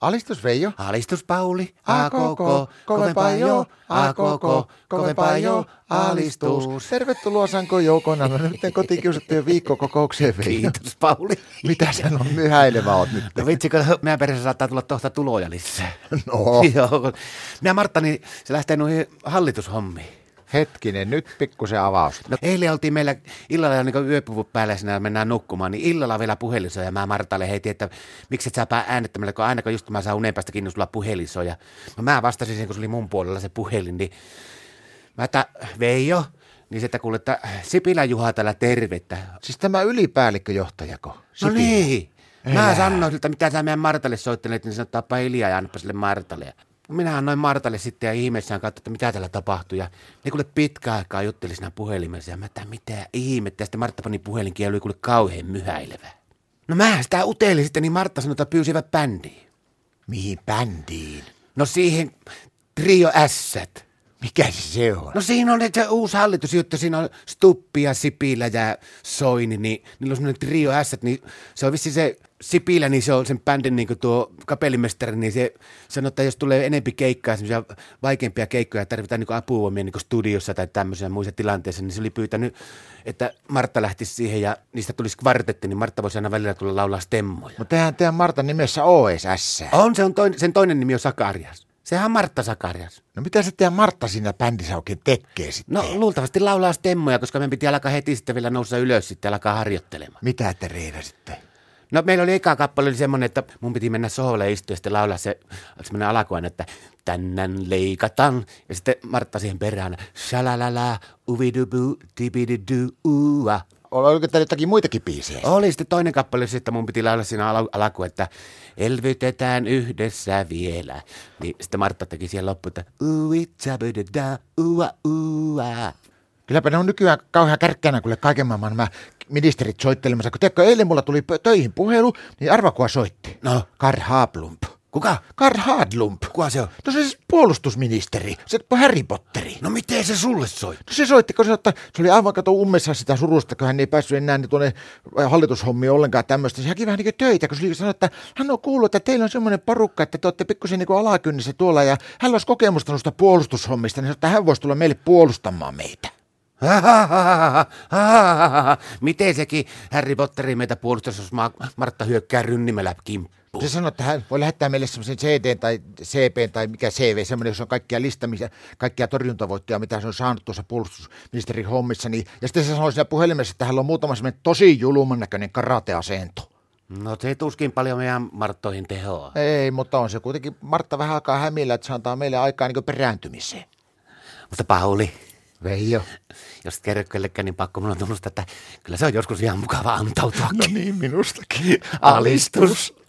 Alistus Veijo. Alistus Pauli, A koko, kovempaa jo, a koko, kovempaa jo, alistus. Tervetuloa Sanko Joukona, no nyt kotikiusattujen viikkokokoukseen Veijo. Kiitos Pauli. Mitä sä on myhäilevä oot nyt? No vitsi, kun meidän perheessä saattaa tulla tohta tuloja lisää. No, Joo, kun minä Martta, niin se lähtee noihin hallitushommiin. hetkinen, nyt pikkusen avaus. No eilen oltiin meillä illalla niin yöpuvut päällä ja sinä mennään nukkumaan, niin illalla vielä puhelisoi ja mä Martalle heitin, että miksi et sä pää äänettämällä, kun aina kun just mä saan unen päästä kiinni, sulla puhelisoi. Ja no mä vastasin siihen, kun se oli mun puolella se puhelin, niin mä että Veijo, niin se, että kuule, että Sipilä Juha täällä tervettä. Siis tämä ylipäällikköjohtajako? No Sipilä. niin. Mä sanoin siltä, mitä sä meidän Martalle soittelet, niin sanotaan tappaa hiljaa ja annapa sille Martalle. Ja Minähän noin Martalle sitten ja ihmeessään katsoin, että mitä täällä tapahtuu. Ja ne kuule pitkä aikaa jutteli siinä puhelimessa ja mä että mitä ihmettä. Ja sitten Martta pani puhelinkin ja oli kuule kauhean myhäilevä. No mä sitä utelin sitten, niin Martta sanoi, että pyysivät bändiin. Mihin bändiin? No siihen Trio Ässät. Mikä se on? No siinä on se uusi hallitus, jotta siinä on Stuppi ja Sipilä ja Soini, niin niillä on semmoinen trio S, niin se on vissi se Sipilä, niin se on sen bändin niin kuin tuo kapellimestari, niin se sanoo, että jos tulee enempi keikkaa, semmoisia vaikeampia keikkoja, tarvitaan niin apua niin kuin studiossa tai tämmöisiä muissa tilanteissa, niin se oli pyytänyt, että Martta lähtisi siihen ja niistä tulisi kvartetti, niin Martta voisi aina välillä tulla laulaa stemmoja. Mutta eihän teidän Martan nimessä oo ees ässää. On, se on toinen, sen toinen nimi on Sakarias. Sehän on Martta Sakarias. No mitä se teidän Martta siinä bändissä oikein tekee sitten? No luultavasti laulaa stemmoja, koska meidän piti alkaa heti sitten vielä nousta ylös sitten ja alkaa harjoittelemaan. Mitä te reilasitte? No meillä oli eka kappale oli semmoinen, että mun piti mennä sohvalle istua ja sitten laulaa se semmoinen alakoinen, että tänään leikataan. Ja sitten Martta siihen perään, shalalala, uvidubu, dibididu, uua. Oliko teillä jotakin muitakin biisejä? Oli sitten toinen kappale, sitten mun piti laulaa siinä al- alku, että elvytetään yhdessä vielä. Niin sitten Martta teki siihen loppuun, että ui, tsabudada, uua, uua. Kylläpä ne on nykyään kauhean kärkkäänä kuule kaiken maailman nämä ministerit soittelemassa. Kun tiedätkö, eilen mulla tuli pö- töihin puhelu, niin arva kuka soitti. No, Karl Haablump. kuka? Karl Haadlump. Kuka se on? No se siis puolustusministeri, se Harry Potteri. No miten se sulle soi? No se soitti, kun se, että se oli aivan kato ummessa sitä surusta, kun hän ei päässyt enää niin tuonne hallitushommiin ollenkaan tämmöistä. Se haki vähän niin kuin töitä, kun se oli sanoi, että hän on kuullut, että teillä on semmoinen porukka, että te olette pikkusen niin kuin alakynnessä tuolla ja hän olisi kokemusta noista puolustushommista, niin sanoi, että hän voisi tulla meille puolustamaan meitä. Miten sekin Harry Potteri meitä puolustus, jos Ma- Martta hyökkää rynnimellä kimppuun? Se sanoi, että hän voi lähettää meille semmoisen CD tai CP tai mikä CV, semmoinen, jossa on kaikkia listamisia, kaikkia torjuntavoittoja, mitä se on saanut tuossa puolustusministerin hommissa. Niin, ja sitten se sanoi siinä puhelimessa, että hänellä on muutama semmoinen tosi julman näköinen karateasento. No se tuskin paljon meidän Marttoihin tehoa. Ei, mutta on se kuitenkin Martta vähän aikaa hämillä, että se antaa meille aikaa niin perääntymiseen. Mutta Pauli, Veijo. jos et kerro kellekään, niin pakko mun on No, No tunnustaa, että kyllä se on joskus ihan mukava antautua. niin, minustakin. Alistus.